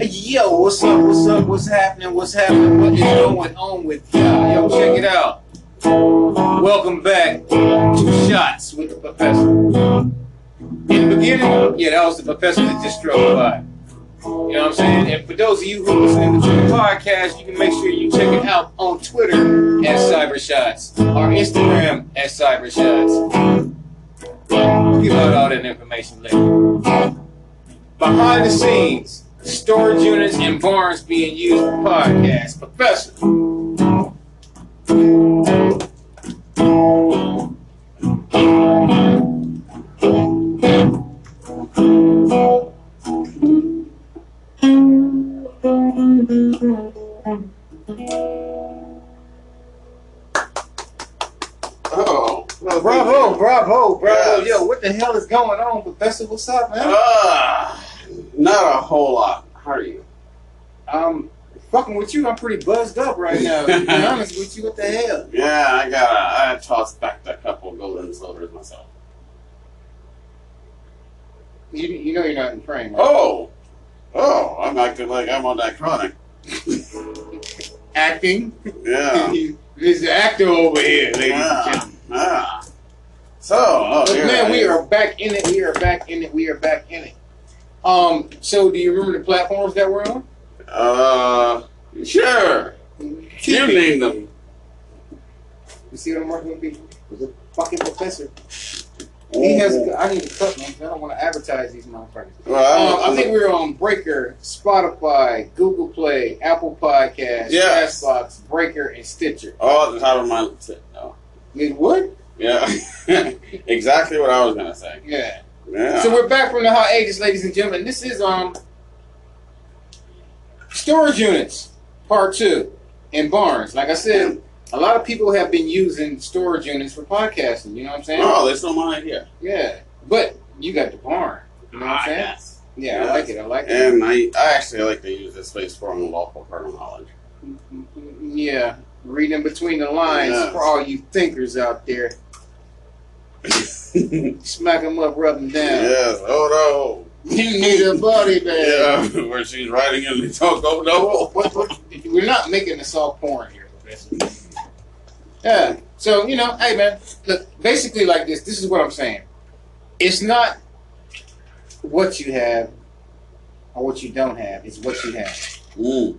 Yo, what's up? What's up? What's happening? What's happening? What is going on with y'all? Yo, check it out. Welcome back to Shots with the Professor. In the beginning, yeah, that was the Professor that just drove by. You know what I'm saying? And for those of you who are listening to the podcast, you can make sure you check it out on Twitter at Cybershots, our Instagram at Cybershots. We'll give out all that information later behind the scenes, storage units and barns being used for podcasts. Professor. Oh. Bravo, bravo, bravo. Yes. Yo, what the hell is going on, Professor? What's up, man? Uh, not a whole lot. How are you? Um, fucking with you, I'm pretty buzzed up right now. to be honest with you, what the hell? Yeah, I got. I tossed back a couple gold and silvers myself. You, you know you're not in frame, right? Oh, oh, I'm acting like I'm on that chronic. Oh, Acting? Yeah. There's the actor over here, ladies and yeah. gentlemen. yeah. So, oh, But here I man, we am. are back in it. We are back in it. We are back in it. Um, so do you remember the platforms that we're on? Uh, sure. You name them. You see what I'm working with people? The fucking professor. He has. I need to cut names. I don't want to advertise these motherfuckers. Well, Um, I think we're on Breaker, Spotify, Google Play, Apple Podcasts, Yes. Castbox, Breaker, and Stitcher. all at Oh, the top of my tip. No. It would? Yeah. exactly what I was gonna say. Yeah. Yeah. So we're back from the hiatus, ladies and gentlemen. This is um storage units, part two, in barns. Like I said, a lot of people have been using storage units for podcasting. You know what I'm saying? oh, there's no mine here. Ah, Yeah, but you got the barn. You know what I'm saying? yes. Yeah, I like it. I like it. And I, I actually like to use this space for unlawful carnal knowledge. Yeah, reading between the lines Yes. for all you thinkers out there. Smack them up, rub them down. Yes, oh You need a body no. bag. Yeah, where she's riding in the talk, oh no. What, what, we're not making this all porn here. Yeah. So you know, hey man, look, basically like this. This is what I'm saying. It's not what you have or what you don't have. It's what you have. Mm.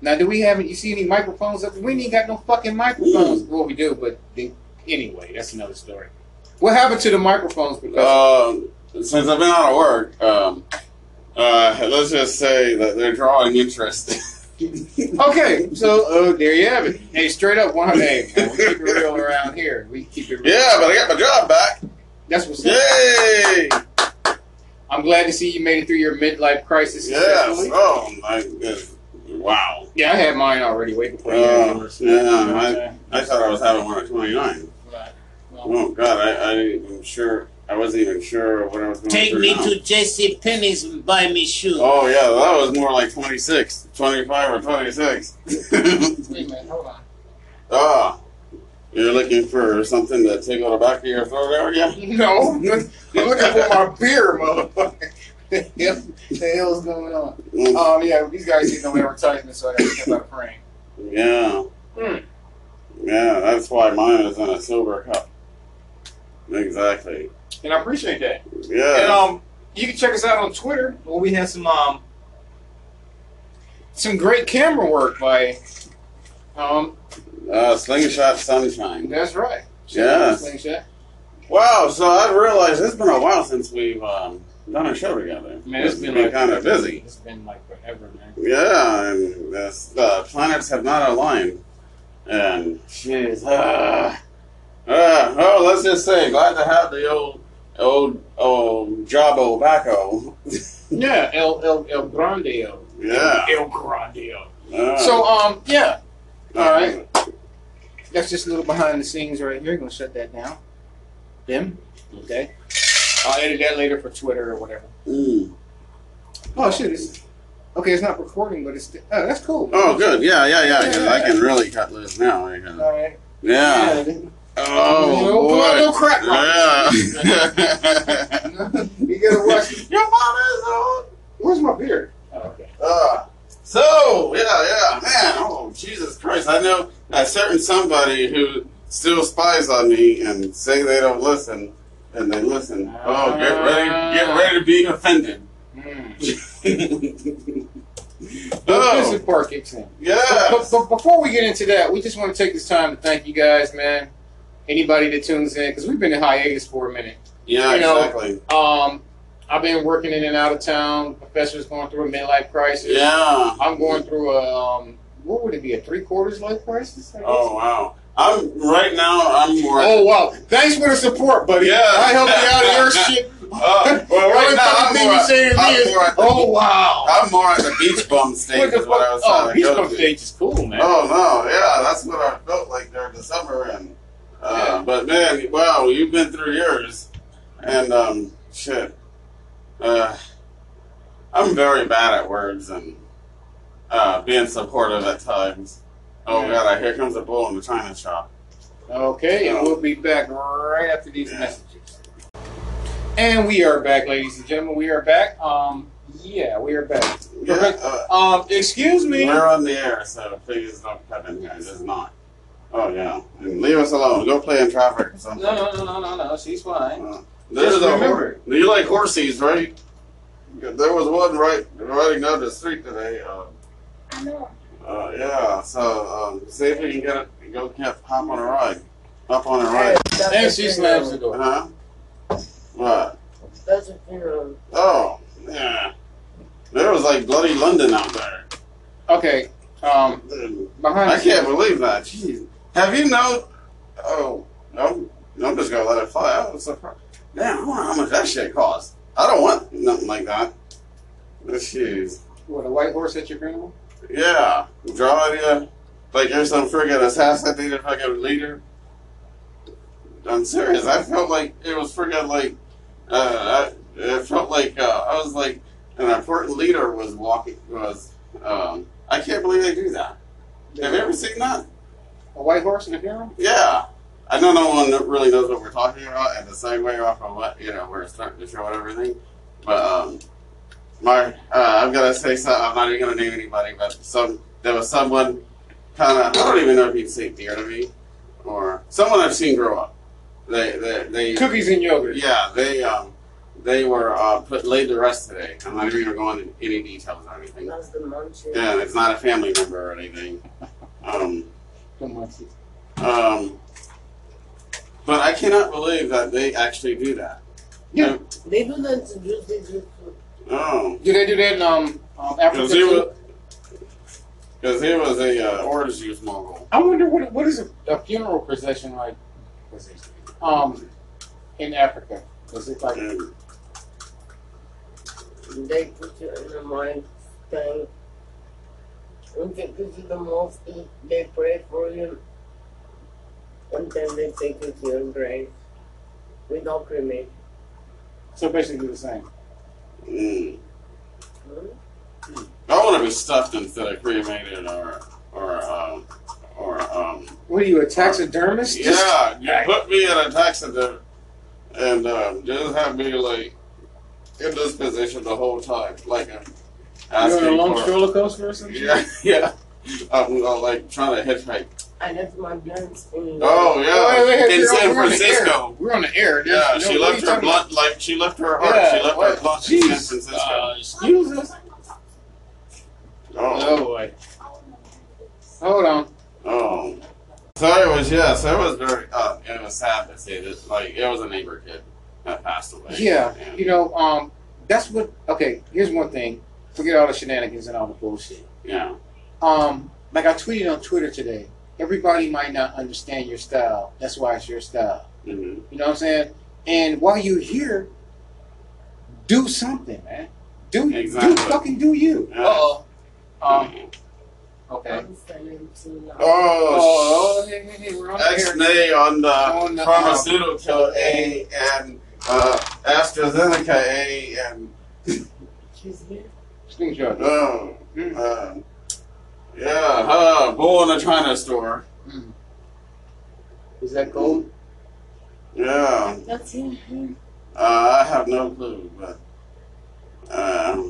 Now, do we have? You see any microphones up? We ain't got no fucking microphones. Well, we do, but they, anyway, that's another story. What happened to the microphones? Because Um, since I've been out of work, um, uh, let's just say that they're drawing interest. okay, so oh, there you have it. Hey, straight up, one hey, man, we keep it real around here. We keep it. Real. yeah, but I got my job back. that's what's up. Yay! I'm glad to see you made it through your midlife crisis. Yes. successfully. Oh my goodness. Wow. Yeah, I had mine already. Way before you. Oh, were, so, yeah, you know what I'm I- saying? I thought I was having one at 29. Right. Well, Oh God, I, I didn't even sure. I wasn't even sure what I was going Take through me now. to JC Penney's and buy me shoes. Oh yeah, that was more like 26, 25 or 26. Wait a minute, hold on. ah, you're looking for something to take out the back of your throat area? No, you're looking for my beer, motherfucker. the hell the hell's going on? Mm, Um, yeah, these guys did no advertisement, so I gotta think about praying. yeah. Hmm. Yeah, that's why mine is in a silver cup. Exactly. And I appreciate that. And Yeah. um, you can check us out on Twitter. Well, we had some um, some great camera work by um. Uh, slingshot sunshine. That's right. Yes. Slingshot. Wow, so I've realized it's been a while since we've um, done a show together. Man, it's been like kind of busy. It's been like forever, man. Yeah, and this, the planets have not aligned. And jeez, ah, ah, oh, let's just say, glad to have the old, old, old Jabo Baco. Yeah, El El El Grandeo. Yeah. El Grandeo. Ah. So um, yeah, all right. that's just a little behind the scenes right here. Gonna shut that down. Them. Okay. I'll edit that later for Twitter or whatever. Mm. Oh shit! It's, okay, it's not recording, but it's oh, that's cool. Oh, good. Yeah, yeah, yeah. 'cause I can really cut loose now. I can- All right. Yeah. No, Oh, pull out no crack boy. Yeah. you gotta watch. Your mom is old. Where's my beard? Oh, okay. Uh, so yeah, yeah, man. Oh, Jesus Christ! I know a certain somebody who still spies on me and say they don't listen, and they listen. Oh, get ready, get ready to be offended. Mm. This oh, is part kicks in. yeah. But, but before we get into that, we just want to take this time to thank you guys, man. Anybody that tunes in, because we've been in hiatus for a minute. Yeah, You know, exactly. Um, I've been working in and out of town. Professor's going through a midlife crisis. Yeah. I'm going through a um, what would it be a three quarters life crisis? I guess? Oh wow. I'm right now. I'm more. Oh, wow! Thanks for the support, buddy. Yeah. I helped you out of your shit. Uh, well, right Every now fucking I'm thing more. you say to me I'm is, more at the- "Oh wow." I'm more at the beach bum stage. What the is what I was fuck? Oh, trying to Beach go Bum to. Stage is cool, man. Oh no, yeah, that's what I felt like during the summer, and uh, Yeah. but man, wow, you've been through yours, and um, shit, uh, I'm very bad at words and uh, being supportive at times. Oh Yeah. god, here comes a bull in the china shop. Okay, and Oh. we'll be back right after these Yeah. messages. And we are back, ladies and gentlemen. We are back. Um, yeah, we are back. Yeah, Okay. uh, Um, excuse me. we're on the air, so please don't cut in here. It's not. Oh yeah, and leave us alone. Go play in traffic or No, something. no, no, no, no, no. She's fine. Uh, There's Just a remember- remember. You like horsies, right? There was one right riding down the street today. Uh, I know. uh, yeah, so um, see if we can get it. Go get hop on a ride. Hop on a ride. And she slams the door. Huh? What? That's a funeral. Oh, yeah. There was like bloody London out there. Okay. Um, behind. I the can't scenes- believe that. Jeez. Have you know? Oh, no. I'm just gonna let it fly. I was surprised. Damn, I wonder how much that shit cost. I don't want nothing like that. Jeez. What a white horse at your funeral? Yeah, draw you like you're some friggin' assassinated fucking leader. I'm serious. I felt like it was friggin' like uh, I, it felt like uh, I was like an important leader was walking was. Um, I can't believe they do that. Have you ever seen that? A white horse in a funeral? Yeah. I know no one that really knows what we're talking about, and the segue off of what you know we're starting to show and everything. But um, my uh, I'm gonna say something. I'm not even gonna name anybody, but some there was someone kind of I don't even know if you'd say dear to me or someone I've seen grow up. They they they Cookies and yogurt. yeah they um they were uh, put laid to rest today. I'm not even gonna go into any details or anything. That's the munchie. Yeah, it's not a family member or anything. Um. Come on, sis. Um, but I cannot believe that they actually do that. Yeah. They do that to juice, they do food. Oh, Do they do that in um, um Africa? because he too? was, because he was a uh, orange juice mogul. I wonder what what is a, a funeral procession like? Um, in Africa, is it like? And, They put you in the mind tank. When they put you the mosque, they pray for you. And then they take you to your grave. Without cremation. So basically the same. mm, Hmm? I want to be stuffed instead of cremated or or um, or um. What are you, a taxidermist? Yeah, you Right. put me in a taxiderm and um, just have me like in this position the whole time, like a You're on a asking long for- stroller coaster or something? Yeah, yeah. I'm uh, like trying to hitchhike. I left my guns in the Oh yeah, Wait, wait, wait, in we're on- we're on San the air. Francisco. We're on the air. Yeah, There's- she no, what left are you her talking about? blunt. Like she left her heart. Yeah, she left what? her blunt in San Jeez. Francisco. Uh, Excuse us. oh, Oh boy. Hold on. oh. So it was yeah. So it was very. Uh, it was sad to see that. Like it was a neighbor kid that passed away. Yeah, And- you know, um, that's what. Okay, here's one thing. Forget all the shenanigans and all the bullshit. yeah. um, like I tweeted on Twitter today, everybody might not understand your style. That's why it's your style. hmm You know what I'm saying? And while you're here, do something, man. Do Exactly. do fucking do you. Yeah. Uh-oh. Um, okay. I'm standing too long. Oh. Oh, hey, hey, hey, we're on the X air. nay on the On the- pharmaceutical A and uh, AstraZeneca A and She's here. Slingshot. oh, Hmm. uh, yeah, uh, bull in a China store. Is that gold? Yeah, That's him. uh, I have no clue, but uh,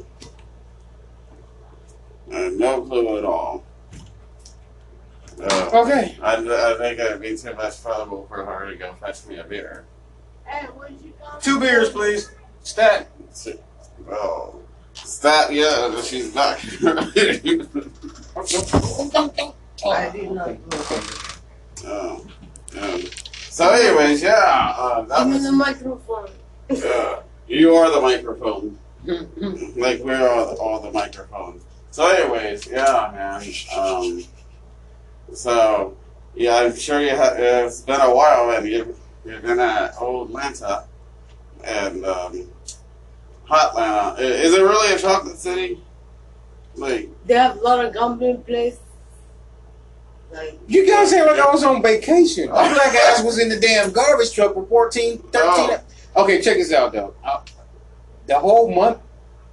I have uh, no clue at all. Uh, Okay. I, I think it'd be too much trouble for her to go fetch me a beer. Hey, where'd you go? Two beers, please. Stat. Oh, stop! Yeah, she's not. I did not know. Oh, um, so, anyways, yeah, uh, that Give me was, the microphone. uh, you are the microphone. Wait, Like we're all the, all the microphones. So, anyways, yeah, man. Um, so, yeah, I'm sure you ha- it's been a while, and you you're been at Old Lanta and um, Hot Lanta. I- Is it really a chocolate city? Like, they have a lot of gambling place. Like, You guys sound like I was on vacation. My black ass was in the damn garbage truck for 14, 13. Okay, check this out, though. I- the whole month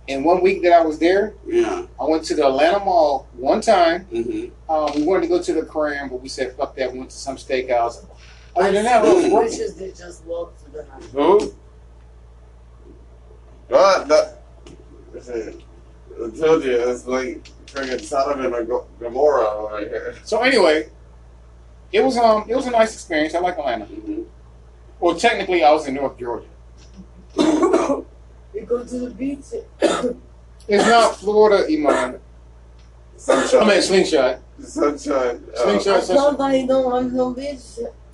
and one week that I was there, yeah. I went to the Atlanta Mall one time. hmm Um, we wanted to go to the Cram, but we said, fuck that. We went to some steakhouse. Oh, Other than that, I was I working. should they just walk to the house. Who? What? That, I told you, it's like friggin' Sodom and Gomor- Gomorrah right here. So anyway, it was um it was a nice experience. I like Atlanta. Mm-hmm. Well, technically, I was in North Georgia. We go to the beach. It's not Florida, Iman. I Sunshine. mean, slingshot. sunshine. uh, Slingshot. I told her you don't want no beach.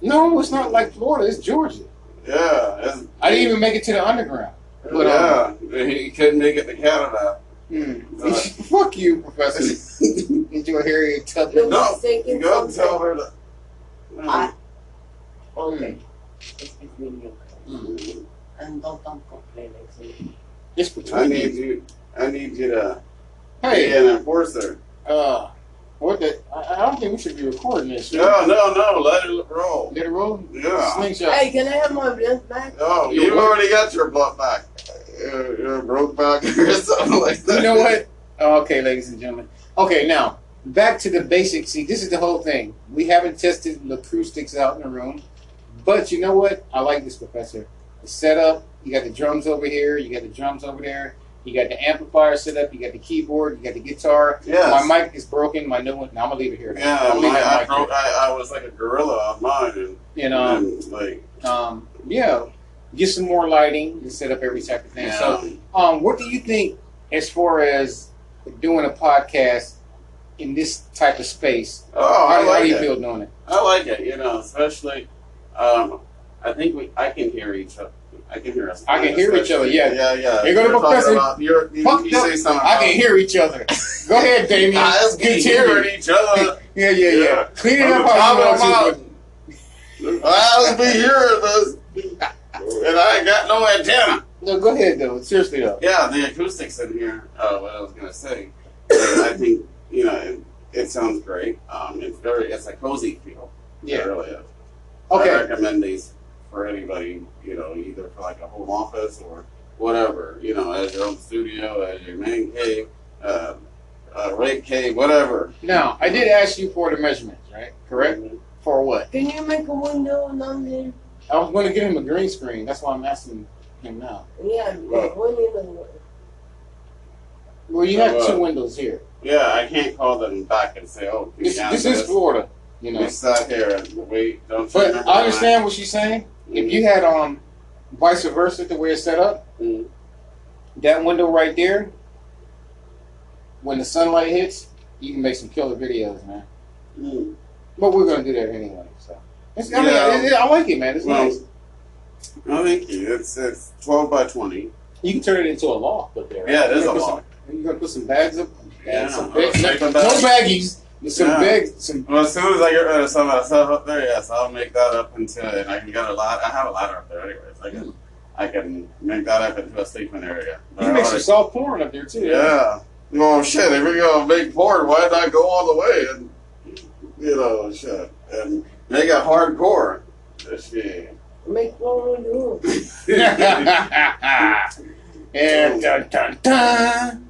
No, it's not like Florida. It's Georgia. yeah. It's, I didn't even make it to the underground. But, um, yeah. he couldn't make it to Canada. hmm. Fuck you, Professor. Enjoy Harriet Tubman. No, She's taking go and something. tell her that. I- Okay. It's between you. Hmm. And don't, don't complain, actually. It's I between need you. you. I need you to be Hey, an enforcer. uh, what the? I, I don't think we should be recording this. should No, no, no. Let it roll. we? Let it roll. Yeah. Slingshot. Hey, can I have my blunt back? Oh, You you've what? already got your butt back. Your, your broke back or something like that. You know what? Oh, Okay, ladies and gentlemen. Okay, now back to the basics. See, this is the whole thing. We haven't tested acoustics out in the room, but you know what? I like this, Professor. The setup. You got the drums over here. You got the drums over there. You got the amplifier set up. You got the keyboard. You got the guitar. Yes. My mic is broken. My new one. No, I'm gonna leave it here. Yeah, I'm gonna leave my, I, that mic broke, I, I was like a gorilla on mine. And, here. And um, and, like, um, yeah, get some more lighting and set up every type of thing. yeah. So Um, what do you think as far as doing a podcast in this type of space? how, oh, I how do like you it. feel doing it? I like it, you know, especially, um, I think we, I can hear each other. I can hear us. I can hear each other, yeah. Yeah, yeah. Here go the You're talking professor. About, you're, you Fucked you up. say something I about- can hear each other. Go ahead, Damien. Nah, it's good hearing it. each other. Yeah, yeah, yeah, Yeah. Clean it From up the how top you of the want to. mountain. I'll be hearing this, and I ain't got no antenna. but- No, go ahead though. Seriously though. Yeah, the acoustics in here. Uh, what I was gonna say, I think you know it, it sounds great. Um, it's very it's a cozy feel. it Yeah. really is. I Okay. recommend these for anybody. You know, either for like a home office or whatever. You know, as your own studio, as your man cave, uh, uh, rape cave, whatever. Now I did ask you for the measurements, right? Correct. Mm-hmm. For what? Can you make a window down there? I was going to give him a green screen. That's why I'm asking him now. Yeah, Well. one in Well, you have Uh, two windows here. Yeah, I can't call them back and say, "Oh, This, yeah, this is Florida, you we know. sat here and we don't." you But remember I understand what she's saying. mm-hmm. If you had um, vice versa, the way it's set up, Mhm. that window right there, when the sunlight hits, you can make some killer videos, man. Mm. But we're gonna do that anyway. So it's, I, mean, Yeah. it- it- I like it, man. It's Well- nice. No, thank you. It's it's twelve by twenty. You can turn it into a loft up there. Yeah, it You're is a gonna put loft. some- You're gonna put some bags up. Yeah, uh, some I'll bags, no, take them no back. baggies. but Some Yeah. bags. Some. Well, as soon as I get rid of some of that stuff up there, yes, I'll make that up into and I can get a lot. I have a ladder up there, anyways. I can I can make that up into a sleeping area. You can make some soft porn up there too. yeah. Well, shit. If we're gonna make porn, why not go all the way and you know, shit, and make it hardcore? Shit. Make more room. uh, And dun dun dun.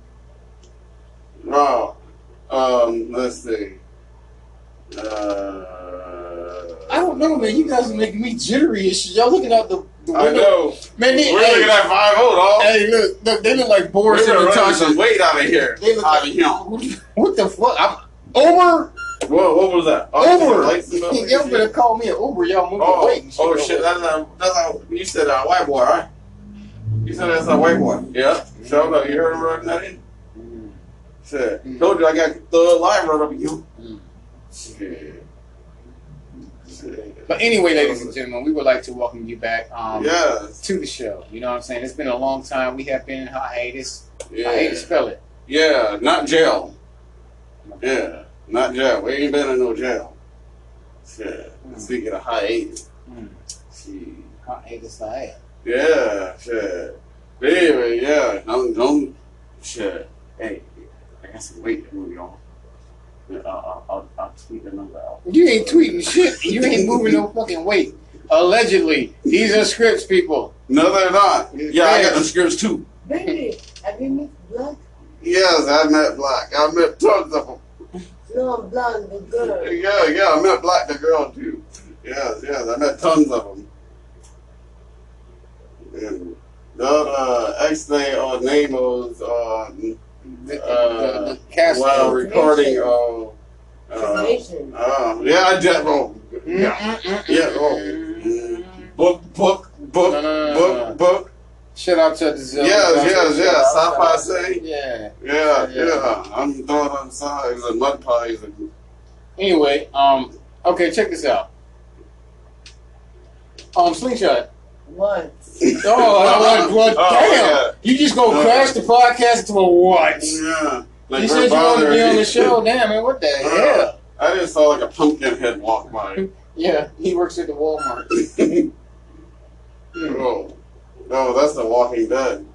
Oh, um, let's see. Uh, I don't know, man. You guys are making me jittery and shit. Y'all looking out the, the I window. know. Man, We're they, hey, looking at five old. All hey, look, look, they look like we're Boris and gonna run Natasha. some weight out of here. They look Out of like, here. what the fuck? I'm, Uber? Whoa, what was that? Uber! Oh, lights and stuff? Y'all better call me an Uber. Y'all moving Oh, away. and oh shit! That's a, that's a, you said a white boy, right? You said that's a white boy. Yeah. Shut up! You heard him running that in? Shit! Mm. Told you I got the live run up at you. Mm. Shit. Shit. But anyway, ladies and gentlemen, we would like to welcome you back um, Yes. to the show. You know what I'm saying? It's been a long time. We have been in hiatus. I hate to Yeah. spell it. Yeah. Not jail. Yeah. Not jail. We ain't been in no jail. Shit. Mm. Speaking of high eight. Mm. Shit. Hiatus, hiatus. Yeah, shit. Anyway, yeah, don't, don't, shit. Hey, I got some weight to move on. Yeah, I'll, I'll, I'll tweet the number out. You ain't tweeting shit. You ain't moving no fucking weight. Allegedly, these are scripts, people. No, they're not. Yeah, I got the scripts too. Baby, have you met black? Yes, I met Black. I met tons of them. No, I'm blonde, the Yeah, girl. yeah, I met Black the girl too. Yes, yes, I met tons of them. And the uh, actually, uh, name was, uh, The, the, Uh, the cast. while recording, uh, She's uh, Asian. uh, yeah, I did. Oh, Hmm? yeah. Yeah, oh. Book, book, book, No, no, no, no, no. book, book. Shout out to the Zilla. Yes, yes, yes. Sci-fi say. Yeah. Yeah, Yeah. yeah. I'm doing on sides and mud pies and Anyway, um, okay, check this out. Um, slingshot. What? Oh, what? what Oh, damn! You just gonna Uh, crash the podcast into a what? Yeah. Like you we're said you want to be bothering on the you. show. Damn, man, what the Uh, hell? I just saw like a pumpkin head walk by. Yeah, he works at the Walmart. Hmm. oh, no, that's the Walking Dead.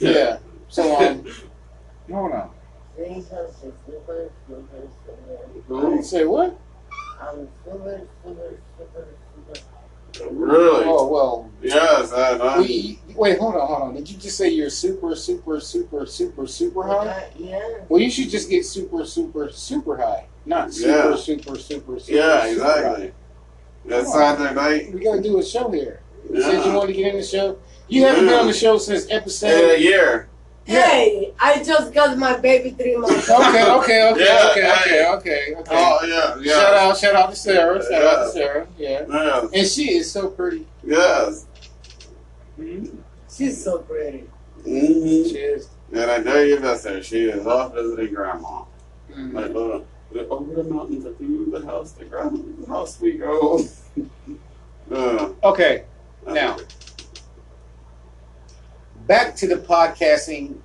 Yeah. So um, hold on. These are super, super, super. You Ooh, say what? I'm super, super, super, super. really? Oh well. Yes, I know. We, wait, hold on, hold on. Did you just say you're super, super, super, super, super high? Uh, yeah. Well, you should just get super, super, super high, not super, Yeah. super, super, super. Yeah, super exactly. That Saturday night. high. We gotta do a show here. You said you Yeah. wanted to get in the show. You haven't been Yeah. on the show since In a episode. year. Hey, I just got my baby three months old. Okay, okay, okay, Yeah, okay, okay, yeah. okay, okay. Oh yeah, yeah. Shout out, shout out to Sarah, shout out to Sarah. Yeah, Yes, and she is so pretty. yes. Mm-hmm. She's so pretty. She Mm-hmm. is. And I know you miss her. She is off visiting grandma. Mm. Like little, the- over the mountains, at the end of the house, the grandma's house we go. yeah. Okay, Now. back to the podcasting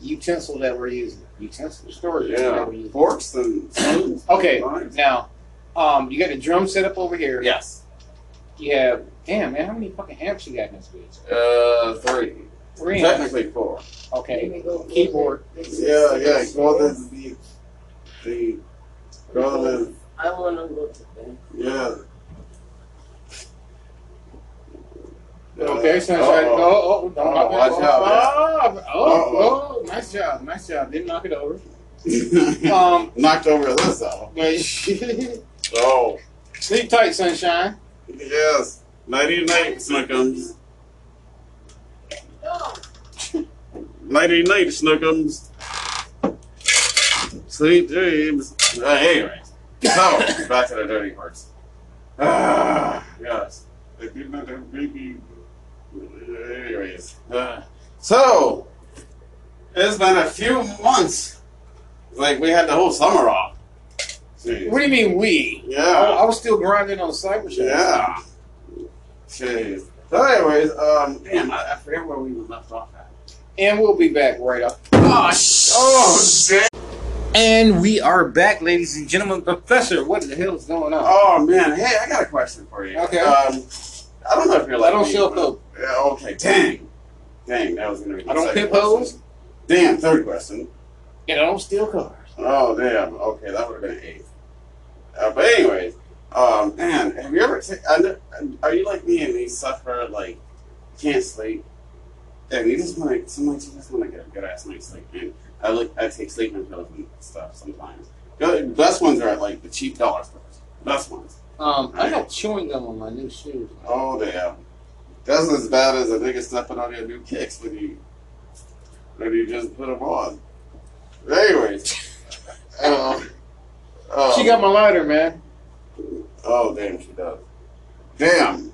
utensil that we're using. Utensil storage Yeah. that we're using. forks and spoons. Okay, knives. now um, you got the drum set up over here. Yes. You have damn man, how many fucking amps you got in this bitch? Uh, three. Three. amps. Technically four. Let Okay. me go. Keyboard. Yeah, yeah. Well, this is the the. Well, this- I wanna go to bed. Yeah. Okay, sunshine. Uh-oh. Oh, oh, don't knock Uh-oh, it watch over. out, Oh, oh, Uh-oh. oh, nice job, nice job. Didn't knock it over. Knocked Um, over this though. but Oh. sleep tight, sunshine. Yes. Nighty night, Snookums. Nighty night, Snookums. Sweet dreams. Uh, anyway. So, back to the dirty parts. Ah, yes. They did not have baby. Anyways. Uh, so, it's been a few months. Like, we had the whole summer off. See. What do you mean we? I, Yeah. I was still grinding on Cyber Show. Yeah. Jeez. So, anyways, um, damn, I, I forget where we left off at. And we'll be back right up. Oh, sh- oh shit! And we are back, ladies and gentlemen. Professor, what the hell is going on? Oh man, hey, I got a question for you. Okay. Um, I don't know if you're I like don't me, show but- hope. Yeah, okay. Dang. Dang, that was gonna be. my I don't second pimp question. hoes. Damn, third question. And I don't steal cars. Oh damn. Okay, that would have been an eight. Uh, but anyways, Um, man, have you ever? Ta- I kn- are you like me and you suffer like can't sleep, and you just want to sometimes you just want to get a good ass night's sleep. And I look, I take sleeping pills and stuff sometimes. Good, best ones are at like the cheap dollar stores. Best ones. Um, I got chewing gum on my new shoes. Oh damn, that's as bad as a nigga stepping on your new kicks when you when you just put them on. Anyways, um, um, She got my lighter, man. Oh damn, she does. Damn.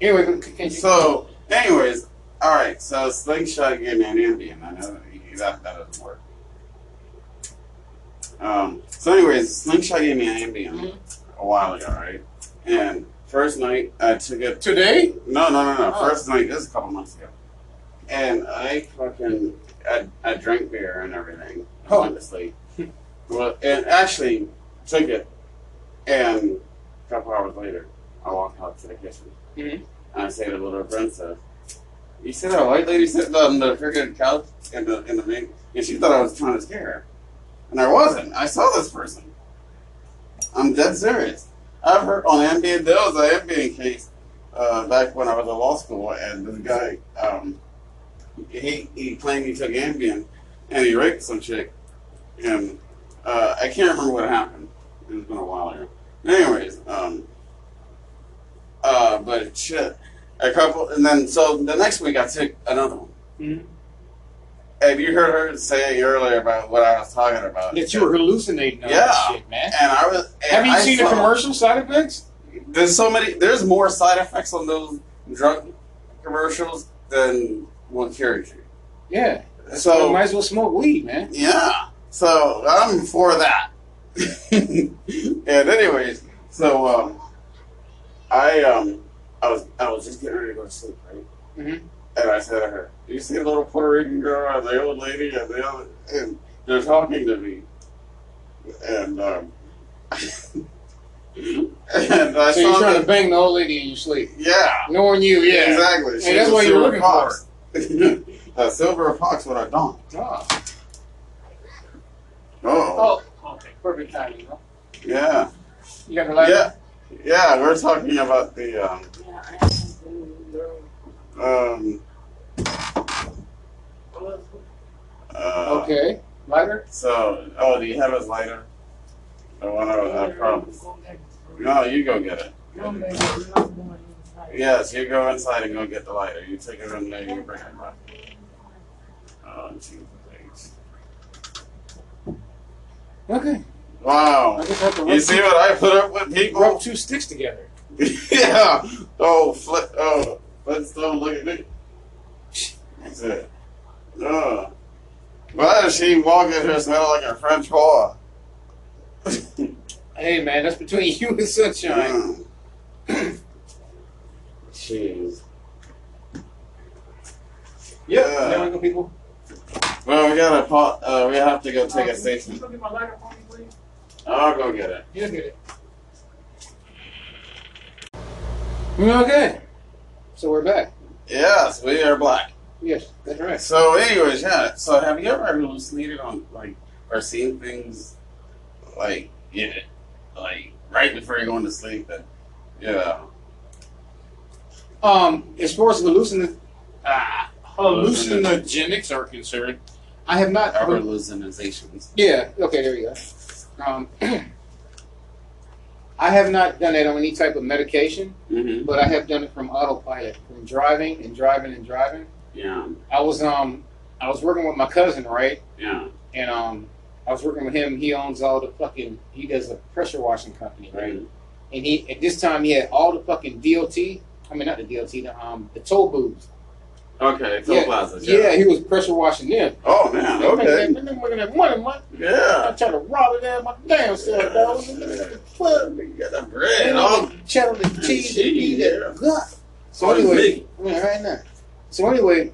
Anyway, c- can you? So, anyways, all right. So slingshot getting an Indian. I know that, that that doesn't work. Um. So, anyways, slingshot gave me an Indian Mm-hmm. a while ago, right? And first night I took it. Today? No, no, no, no. Oh. First night. This is a couple months ago. And I fucking I, I drank beer and everything. Oh. Honestly, well, and actually took it. And a couple hours later, I walked out to the kitchen. Mhm. And I say to little Brenta, "You see that white lady sitting on the freaking couch in the in the main?" And she thought I was trying to scare her, and I wasn't. I saw this person. I'm dead serious. I've heard on NBA there was an NBA case uh, back when I was in law school, and this guy, um, he he claimed he took Ambien and he raped some chick, and uh, I can't remember what happened. It's been a while ago. Anyways, um, uh, but shit, a couple, and then so the next week I took another one. Mhm. And you heard her saying earlier about what I was talking about. That you were hallucinating on that Yeah. shit, man. And I was. and Have you I seen the saw- commercial side effects? there's so many. There's more side effects on those drug commercials than will cure you. Yeah. So So- might as well smoke weed, man. Yeah. So I'm for that. and anyways, so um, I um, I was I was just getting ready to go to sleep, right? Mhm. And I said to her, "Do you see the little Puerto Rican girl and the old lady and the other?" And they're talking to me, and um, and I so saw you're trying them- to bang the old lady in your sleep, yeah. knowing you, yeah. Exactly. Hey, that's what you're looking for. a silver fox with a donk. Oh, oh, Oh. okay, perfect timing. Huh? Yeah. You got the lighter? Yeah. Yeah, we're talking about the um Yeah, I have something wrong. um Well, uh Okay, lighter. so oh do you have his lighter? The one I, I promised. go back to- No, you go get it. No, baby, I'm not going inside. Yes, you go inside and go get the lighter. You take it in there, you bring it back. Oh Jesus. H. Okay. Wow. I just have to rub, You see what I put up with two, rub people? two sticks together. yeah. Oh, flip. Oh, let's don't look at me. That's it. Ugh. Why does she walk in here smelling like a French whore? Hey, man, that's between you and Sunshine. Mm. Jeez. Yep. Yeah. There we go, people. Well, we gotta. Pa- uh, we have to go take a station. Look at my lighter for me, please. I'll go get it. You'll get it. Okay. So we're back. Yes, we are black. Yes, that's right. So, anyways, yeah. So, have you ever hallucinated on like or seen things like yeah, like right before you're going to sleep? That yeah. Um, as far as hallucin- ah, hallucinogenics are concerned, I have not. Our hallucinations. Yeah. Okay. There you go. Um, I have not done it on any type of medication, Mm-hmm. but I have done it from autopilot, from driving and driving and driving. Yeah, I was um, I was working with my cousin, right? yeah. And um, I was working with him. He owns all the fucking. He does a pressure washing company, right? And he at this time he had all the fucking DOT. I mean, not the DOT, the um, the toll booths. Okay, toll Yeah, plazas. Yeah, he was pressure washing them. Oh man. Okay. Like, "Man, Look at that money, man. I Yeah. tried to rob it out of my damn self, dog. Look at the club. Get the bread. And all Oh, the cheddar and cheese and cheese, beef and gut. So Pardon anyway, yeah, right now. So anyway,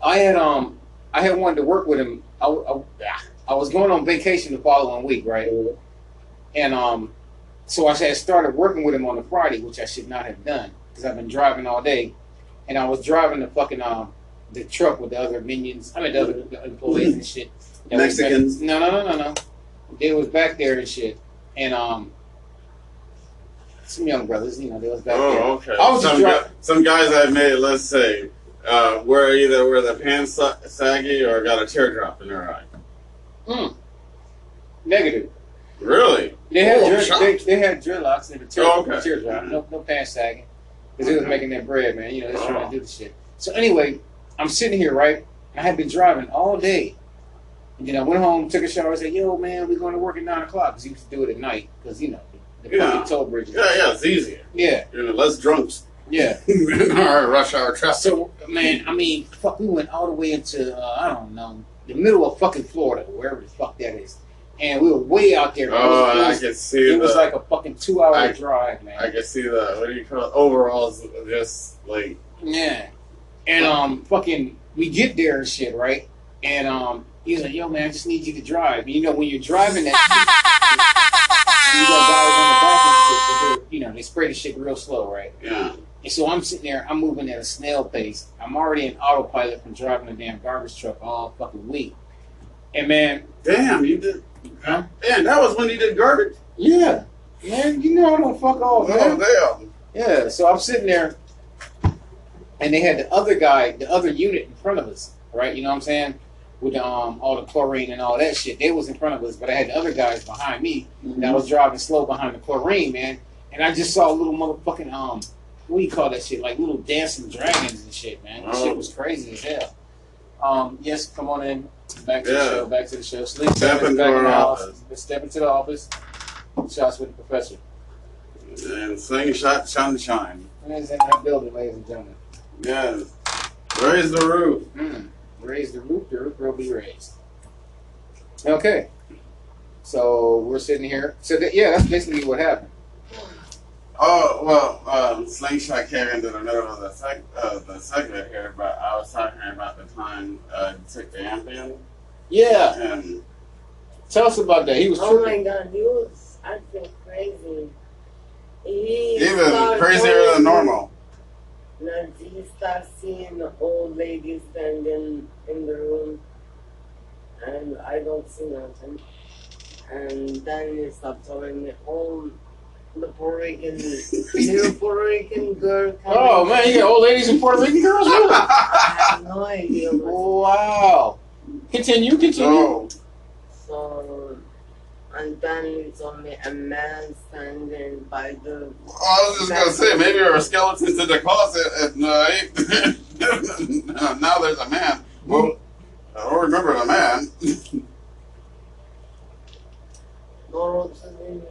I had um, I had wanted to work with him. I, I, I was going on vacation the following week, right? And um, so I had started working with him on a Friday, which I should not have done because I've been driving all day, and I was driving the fucking um, the truck with the other minions. I mean, the other the employees and shit. that was back- Mexicans. No, no, no, no, no. They was back there and shit. and um, some young brothers. You know, they was back there. Oh, okay. I was some, just dri- gu- some guys I made, let's say, uh, were either where the pants sa- saggy or got a teardrop in their eye. Mm. Negative. Really? They had Oh, dread, shock. they, they had dreadlocks and the tear, Oh, okay. tears out. No, no pants sagging because they was making their bread, man. You know, they're Oh. trying to do the shit. So anyway, I'm sitting here, right? I had been driving all day. And then I went home, took a shower, said, "Yo, man, we're going to work at nine o'clock because he used to do it at night because you know the, the Yeah. fucking toll bridges." Yeah, yeah, it's easier. yeah, You know, less drunks yeah. in our rush hour traffic. Uh, So, man, I mean, fuck, we went all the way into, uh, I don't know, the middle of fucking Florida, wherever the fuck that is. And we were way out there. man. Oh, it and I was, can it see the, was like a fucking two hour I- drive, man. I can see the, what do you call it, overalls, just like, yeah. And, um, fucking, we get there and shit, right? And, um, he's like, yo, man, I just need you to drive. And, you know, when you're driving that shit, you got guys on the back and shit, but they're- you know, they spray the shit real slow, right? yeah. And so I'm sitting there, I'm moving at a snail pace. I'm already in autopilot from driving a damn garbage truck all fucking week. And man, Damn, you did. Huh? Man, that was when you did garbage. yeah, man, you know I don't fuck off, man. Oh, damn. Yeah, so I'm sitting there, and they had the other guy, the other unit in front of us, right? You know what I'm saying? With um all the chlorine and all that shit, they was in front of us, but I had the other guys behind me, and Mhm. I was driving slow behind the chlorine, man. And I just saw little motherfucking um, what do you call that shit? Like little dancing dragons and shit, man. That Oh. shit was crazy as hell. Um, yes, come on in. Back to Yeah. the show. Back to the show. Sleep. Step Step back in into the our office. office. Step into the office. Shots with the professor. And sing, shot, shine, shine. And it's in that building, ladies and gentlemen. Yes. Raise the roof. Mm. Raise the roof, the roof will be raised. Okay. So we're sitting here. So that, yeah, that's basically what happened. Oh well, um, Slingshot came into the middle of the seg- uh, the segment here, but I was talking about the time uh, you took the Ambien, Yeah. and Tell us about that. He was Oh tripping. my god, he was acting crazy. He even started crazier going- than normal. Like he started seeing the old lady standing in the room, and I don't see nothing. And then he stopped telling me, "Oh, the Puerto Rican, the Puerto Rican girl coming." Oh man, you got old ladies and Puerto Rican girls. Really? I have no idea. What, wow. Continue. Continue. Oh, so, and then he told me a man standing by the Oh, I was just gonna say maybe there were skeletons in the closet at night. now there's a man. Well, I don't remember the man. door to the man.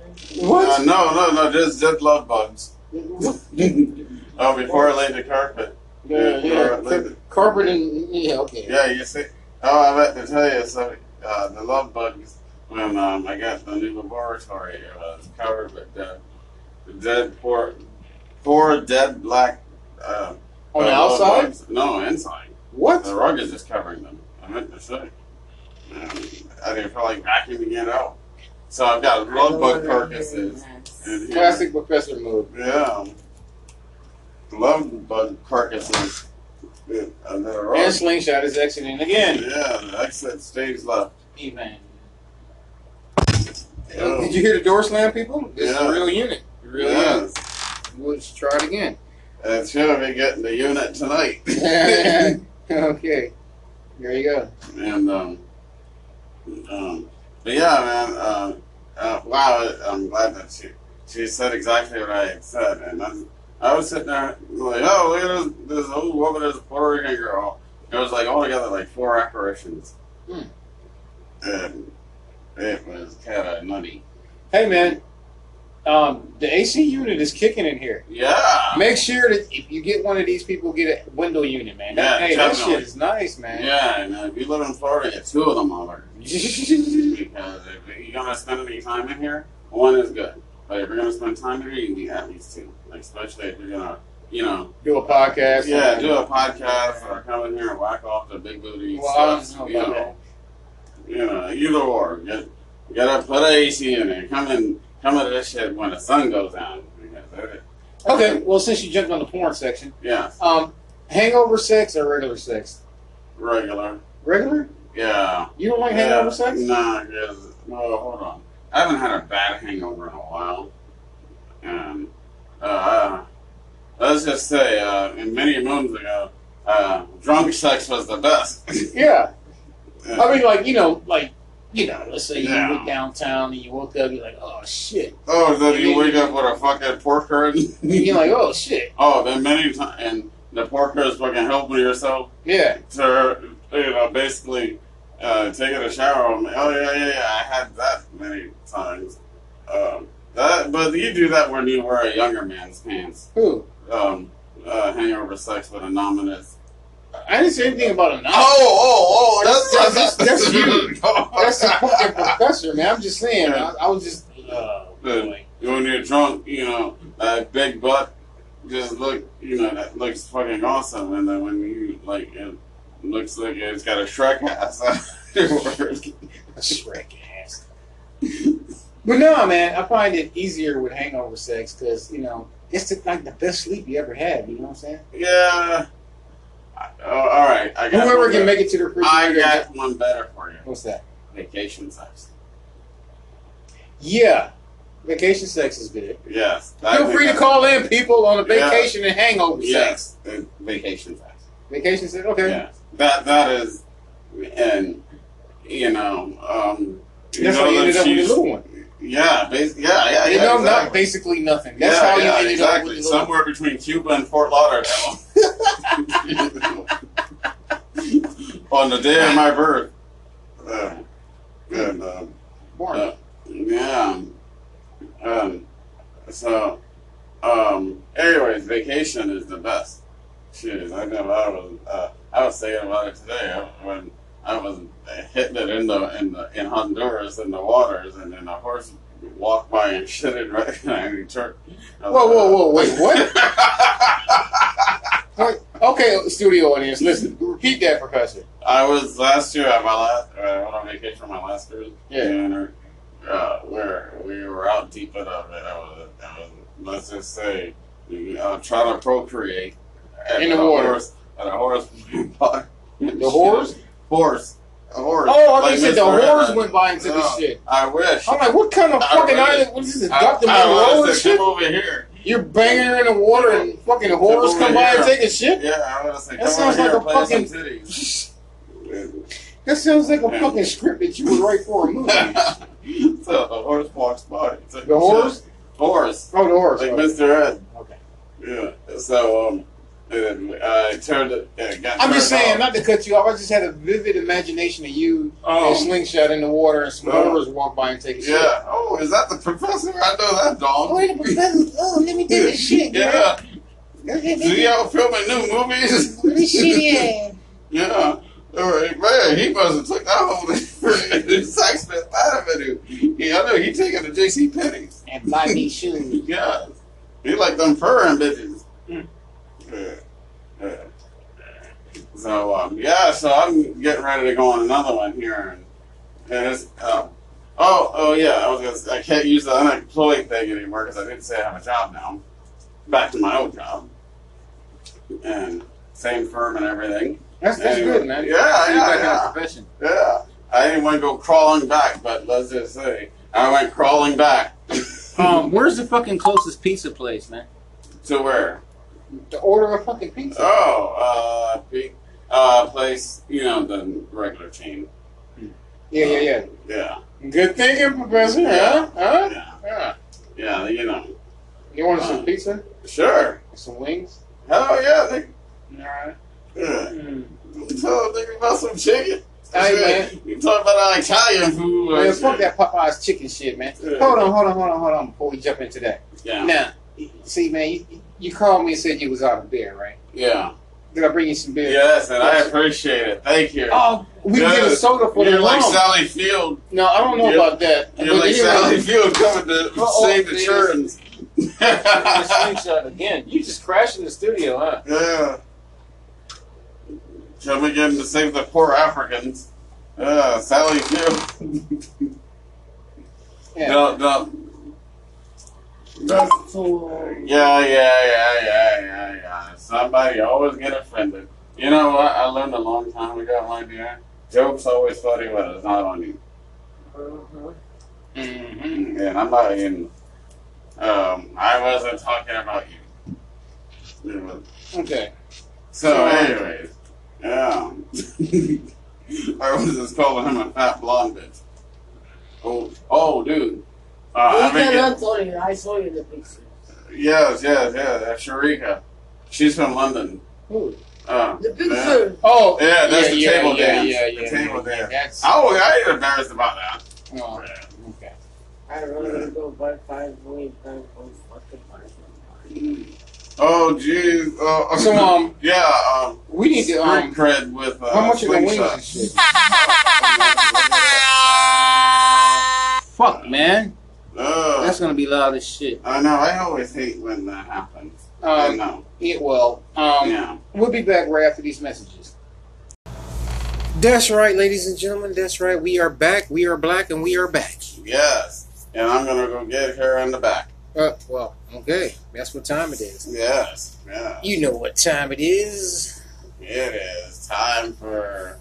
Uh, no, no, no, just just love bugs. Oh, before I laid the carpet. Yeah, yeah. Or laid the- Corporate and yeah, okay. Yeah, you see. Oh, I meant to tell you, so uh, the love bugs, when um, I got the new laboratory, it was covered with the, the dead, four, four dead black. Uh, On the uh, love outside? bugs. No, inside. What? The rug is just covering them. I meant to say. Um, I didn't feel like vacuuming it out. So I've got I love don't bug know. carcasses. in here. Classic professor move. Yeah. Love bug carcasses. Yeah, and they're And rug. slingshot is exiting again. Yeah, the exit stays left. Evan. Yeah. Oh, Did you hear the door slam, people? This is Yeah. a real unit. A Real unit. Yes. We'll just try it again. And she'll be getting the unit tonight. okay. There you go. and, um, um, but yeah, man, uh, uh, wow, I'm glad that she, she said exactly what I had said. And I, I was sitting there like, oh, look at this, this old woman, this Puerto Rican girl. It was like altogether like four apparitions. Hmm. And it was kind of nutty. Hey, man. Um, the AC unit is kicking in here. Yeah. Make sure that if you get one of these people, get a window unit, man. Yeah, hey, that definitely. shit is nice, man. Yeah, and uh, if you live in Florida, get two of them over. because if you're gonna spend any time in here, one is good. But if you're gonna spend time in here, you need at least two. Like especially if you're gonna, you know, do a podcast. yeah, do a podcast or come in here and whack off the big booty Well, I don't stuff. know You about know, you know, either or. Get, get a put a AC in there. Come in, come into this shit when the sun goes down. Because it- Okay. Well, since you jumped on the porn section, Yeah, um, hangover sex or regular sex? regular. Regular? Yeah. You don't like yeah. hangover sex? Nah, because well, hold on. I haven't had a bad hangover in a while. Um, uh, let's just say, uh, in many moons ago, uh, drunk sex was the best. Yeah. I Uh, mean, like, you know, like, you know, let's say you Yeah. went downtown and you woke up, you're like, oh, shit. oh, then you wake up with a fucking pork curd. You're like, oh, shit. oh, then many times, and the pork curd is fucking helping yourself Yeah. to, you know, basically uh, taking a shower. I'm like, oh, yeah, yeah, yeah, I had that many times. Um, that, but you do that when you wear a younger man's pants. Who? um, uh, hangover sex with a nominous. I didn't say anything about a novel. oh, oh, that's- that's- that's huge. That's a fucking professor, man. I'm just saying. I, I was just. Oh, boy. when you're drunk, you know, that big butt just look, you know, that looks fucking awesome. And then when you, like, it looks like it's got a Shrek ass afterwards. Shrek ass. But no, man, I find it easier with hangover sex because, you know, it's the, like the best sleep you ever had. You know what I'm saying? yeah. I- Oh, all right. I got Whoever one can better. make it to the I refrigerator. got one better for you. What's that? Vacation sex. Yeah. Vacation sex is good. Yes. Feel free to call in people on a Yeah. vacation and hangover sex. Yes. uh, Vacation sex. Vacation sex? Okay. Yeah, that that is, and you know, um, you That's know how you that ended up with a she's- little one. Yeah, bas- yeah, yeah, you yeah. know, not exactly. basically nothing. That's yeah, how you yeah, ended up exactly. with a little Somewhere between Cuba and Fort Lauderdale. On the day of my birth. Uh, and, um, born. uh, yeah. Um, so, um, anyways, vacation is the best. Shit, I know I was, uh, I was thinking about it today when I was hitting it in the, in the, in Honduras in the waters and then a horse walked by and shit it right behind me. Whoa, Whoa, whoa, whoa, wait, uh, what? okay, studio audience, listen, repeat that, Professor. I was last year at my last. Uh, I went on vacation for my last cruise. Yeah. And, uh, where we were out deep enough, and I was, I was let's just say, uh, trying to procreate and In the a water. Horse, and a horse. The the horse? Horse. A horse. Oh, I thought you said Miss the Miranda. horse went by and took No, his shit. I wish. I'm like, what kind of I fucking really- island? What is this, I- Dr. I Monroe would've and said, shit? Come over here. You're banging her in the water and fucking horse over come by and here. take a shit? Yeah, I would have said, That come sounds like over here a and play fucking- some titties. That sounds like a Yeah. fucking script that you would write for a movie. so the horse walks by. It's like, The horse? Horse. Oh, the horse. Like okay. Mr. Ed. Okay. Yeah. So, um, and I turned it. Yeah, got I'm just turned saying, off. not to cut you off, I just had a vivid imagination of you Oh. and slingshot in the water and some Oh. horse walk by and take a shit. Yeah. Oh, is that the professor? I know that dog. Oh, let me take a shit. yeah. See Yeah. y'all filming new movies? Let me shit yeah. yeah. All right, man, he must have took that whole sex with Avenue. Yeah, I know he taking the JC Penney's. And buy me shoes. Yeah. He like them furrin bitches. Mm. Yeah. Yeah. So um, yeah, so I'm getting ready to go on another one here, and, and it's um, oh oh yeah, I was gonna, say- I can't use the unemployed thing anymore because I didn't say I have a job now. Back to my old job, and same firm and everything. That's, that's Anyway, good, man. yeah, You yeah, got that yeah. profession. Yeah, I didn't want to go crawling back, but let's just say I went crawling back Um, where's the fucking closest pizza place, man? to where. To order a fucking Uh. pizza. Oh, uh, big, uh, place, you know, the regular chain. yeah, yeah, Yeah, yeah. Good thinking, Professor. Huh? Huh? yeah, Yeah. yeah, you know. You want some pizza? Sure. Some wings? Hell yeah, they, Alright. yeah. Mm. So think about some chicken. Hey, Shit, You talking about our Italian food. or Man, fuck shit. that Popeye's chicken shit, man. Yeah. Hold on, hold on, hold on, hold on before we jump into that. Yeah, Now, see, man, you, you called me and said you was out of beer, right? yeah. Did I bring you some beer? Yes, and I appreciate it. Thank you. Oh, we can get a Yes. soda for the You're rum. like Sally Field. no, I don't know You're- about that. You're like Sally Field coming to Uh-oh, save the it is. churns. Slingshot again. You just crashed in the studio, huh? Yeah. Come again to save the poor Africans. Uh, Sally Field. Yeah. No, no. No. Yeah, yeah, yeah, yeah, yeah, yeah. Somebody always get offended. You know what? I learned a long Uh, time ago, my dear. Jokes always funny when it's not on you. Mhm. Mm-hmm. And I'm not in. Um, I wasn't talking about you. It was- Okay. So, anyways, yeah. I was just calling him a fat blonde bitch. Oh, oh, dude. Uh, I you think it- cannot tell you. I saw you in the picture. yes, yes, yes. That's Sharika. She's from London. Who? Uh, The yeah. picture. Oh, Yeah, that's yeah, the yeah, table yeah, dance. Yeah, the yeah, table yeah, dance. That's. I was I ain't embarrassed about that. oh, Yeah. okay. I don't want to go by five million times from fucking five. Oh, jeez. Uh, So, um, yeah. Um, We need to. street Um, cred with uh, how much are the wings slingshot. and shit? Fuck, man. Ugh. That's gonna be loud as shit. I know. Uh, I always hate when that happens. Uh, I Um, know. yeah, well, um, yeah. we'll be back right after these messages. That's right, ladies and gentlemen. That's right. We are back. We are black, and we are back. Yes. And I'm gonna go get her in the back. Uh, well, okay. That's what time it is. Yes. Yeah. You know what time it is. It is time for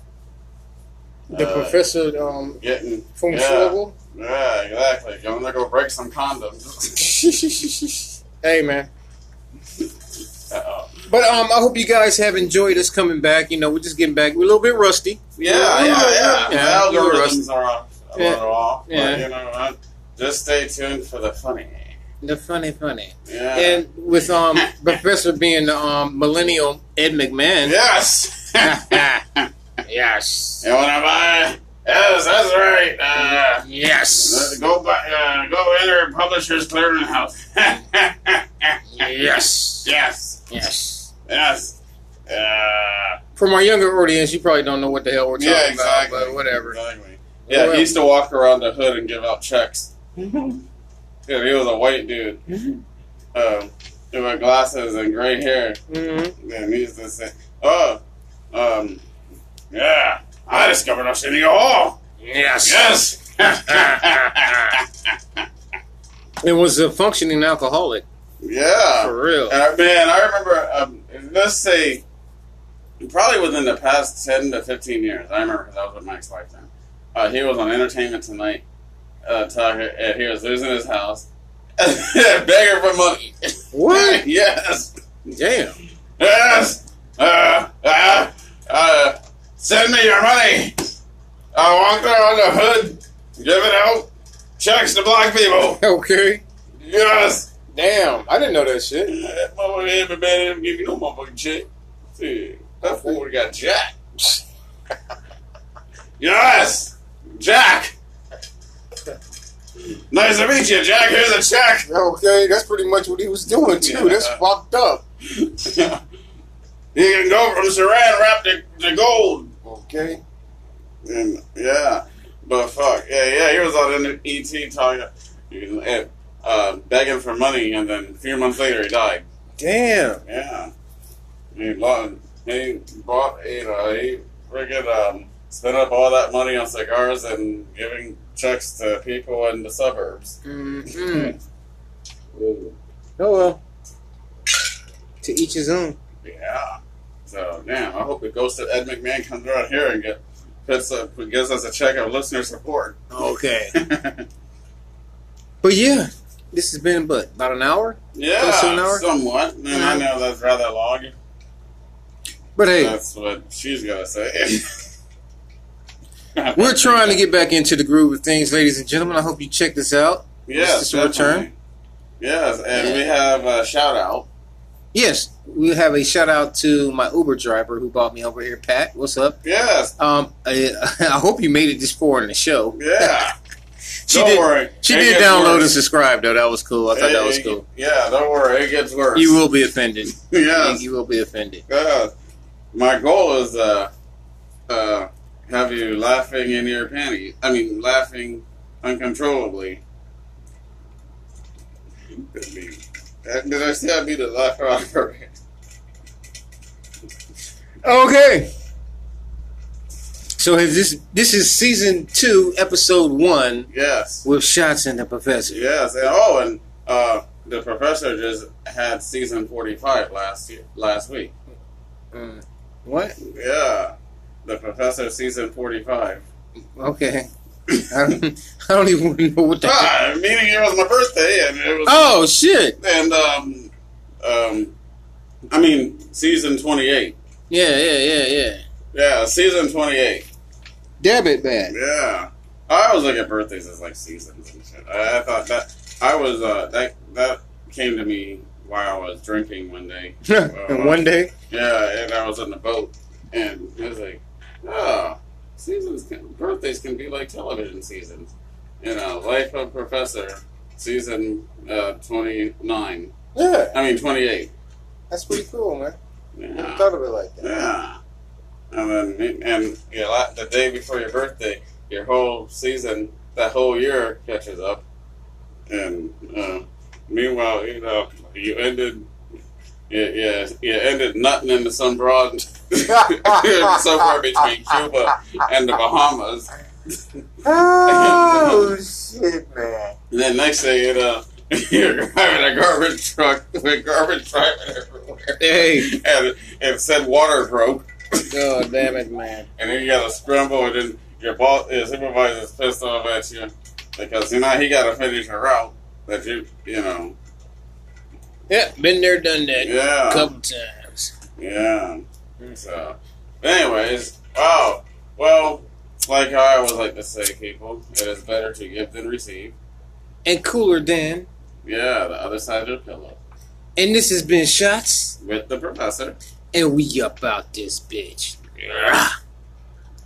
The Uh, professor um, getting. from yeah. Schlegel. Yeah. Exactly. I'm gonna go break some condoms. hey, man. Uh-oh. But um, I hope you guys have enjoyed us coming back. You know, we're just getting back. We're a little bit rusty. Yeah. Yeah. Yeah. Yeah, The you were algorithms are off a Yeah. little off, but Yeah. you know what? Just stay tuned for the funny. The funny, funny. Yeah. And with um, Professor being the um, millennial Ed McMahon. yes. and yes. when I buy, yes, that's right. Uh, Uh, Yes. Go buy, uh, go enter Publishers Clearinghouse. Yes. yes, Yes. yes. Uh, yeah, From our younger audience, you probably don't know what the hell we're talking exactly. about, but whatever. Exactly. Yeah, he used to walk around the hood and give out checks. Dude, he was a white dude. Um, with glasses and gray hair. Mhm. And he used to say, oh, um, yeah, I discovered Arsenio Hall. Yes. Yes. It was a functioning alcoholic. yeah. For real. Uh, man, I remember. Um, let's say, probably within the past ten to fifteen years, I remember because I was with my ex-wife then. Uh, he was on Entertainment Tonight, uh, talking, and he was losing his house, begging for money. What? yes, Damn. yes. Uh, uh, uh, send me your money. I walked around the hood, giving out checks to black people. Okay. Yes. Damn. I didn't know that shit. Yeah, That motherfucker ain't been bad enough to give you no motherfucking check. Shit, That fool would've got Jack. yes! Jack! Nice to meet you, Jack. Here's a check. Okay, that's pretty much what he was doing too. That's Yeah. fucked up. you can go from saran wrap to, to gold. Okay. And, yeah, but fuck. Yeah, yeah, he was on an ET E talking, and, uh, begging for money, and then a few months later he died. Damn. Yeah. He bought, he bought, you know, he friggin' um, spent up all that money on cigars and giving checks to people in the suburbs. mm Oh well. To each his own. Yeah. So, damn, I hope the ghost of Ed McMahon comes around here and get, puts up, gives us a check of listener support. Okay. yeah. But yeah, this has been but about an hour. Close to an hour? somewhat. And I know that's rather long. But Uh-huh. hey, That's what she's going to say. we're trying to get back into the groove of things, ladies and gentlemen. I hope you check this out. Yes, Is this your definitely. turn? Yes, and we have a shout out. Yes, we have a shout out to my Uber driver who brought me over here, Pat. What's up? Yes, Um, I, I hope you made it this far in the show. yeah. She don't did. worry. She It did gets download worse. and subscribe though. That was cool. I thought that It- was it- cool. Yeah, don't worry. It gets worse. You will be offended. Yes. You will be offended. yes. My goal is uh, uh, have you laughing in your panties. I mean, laughing uncontrollably. Could be. Uh, Did I say I beat a laugh out Okay. So has this this is season two, episode one Yes. with shots and the professor. Yes. And, oh, and uh, the professor just had season forty-five last year, last week. Mm. What? Yeah, the professor season forty-five. Okay. I don't, I don't even know what the. heck- Ah, meaning it was my birthday, and it was. Oh shit! And um, um, I mean season twenty-eight. Yeah, yeah, yeah, yeah. Yeah, season twenty-eight. Debit bad. Yeah, I always look at birthdays as like seasons and shit. I, I thought that I was uh that that came to me while I was drinking one day. and one day, Yeah, and I was on the boat, and I was like, oh, seasons, can, birthdays can be like television seasons. You know, Life of Professor, season uh, 29. Yeah, I mean, 28. that's pretty cool, man. Never Yeah. thought of it like that. yeah. And then, and you know, like, the day before your birthday, your whole season, that whole year catches up. And uh, meanwhile, you know, you ended. Yeah, yeah, yeah. Ended nothing into some broad somewhere between Cuba and the Bahamas. Oh shit, man! And then next thing you know, uh, you're driving a garbage truck with garbage driving everywhere, hey, and and said water broke. oh damn it, man. and then you gotta scramble, and then your boss, your supervisor's pissed off at you because you know he gotta finish her route that you, you know, Yeah, been there, done that a yeah, couple times. yeah. So, anyways, wow. Well, like I always like to say, people, it is better to give than receive. And cooler than. Yeah, the other side of the pillow And this has been shots, with the professor. and we up out this bitch. Yeah.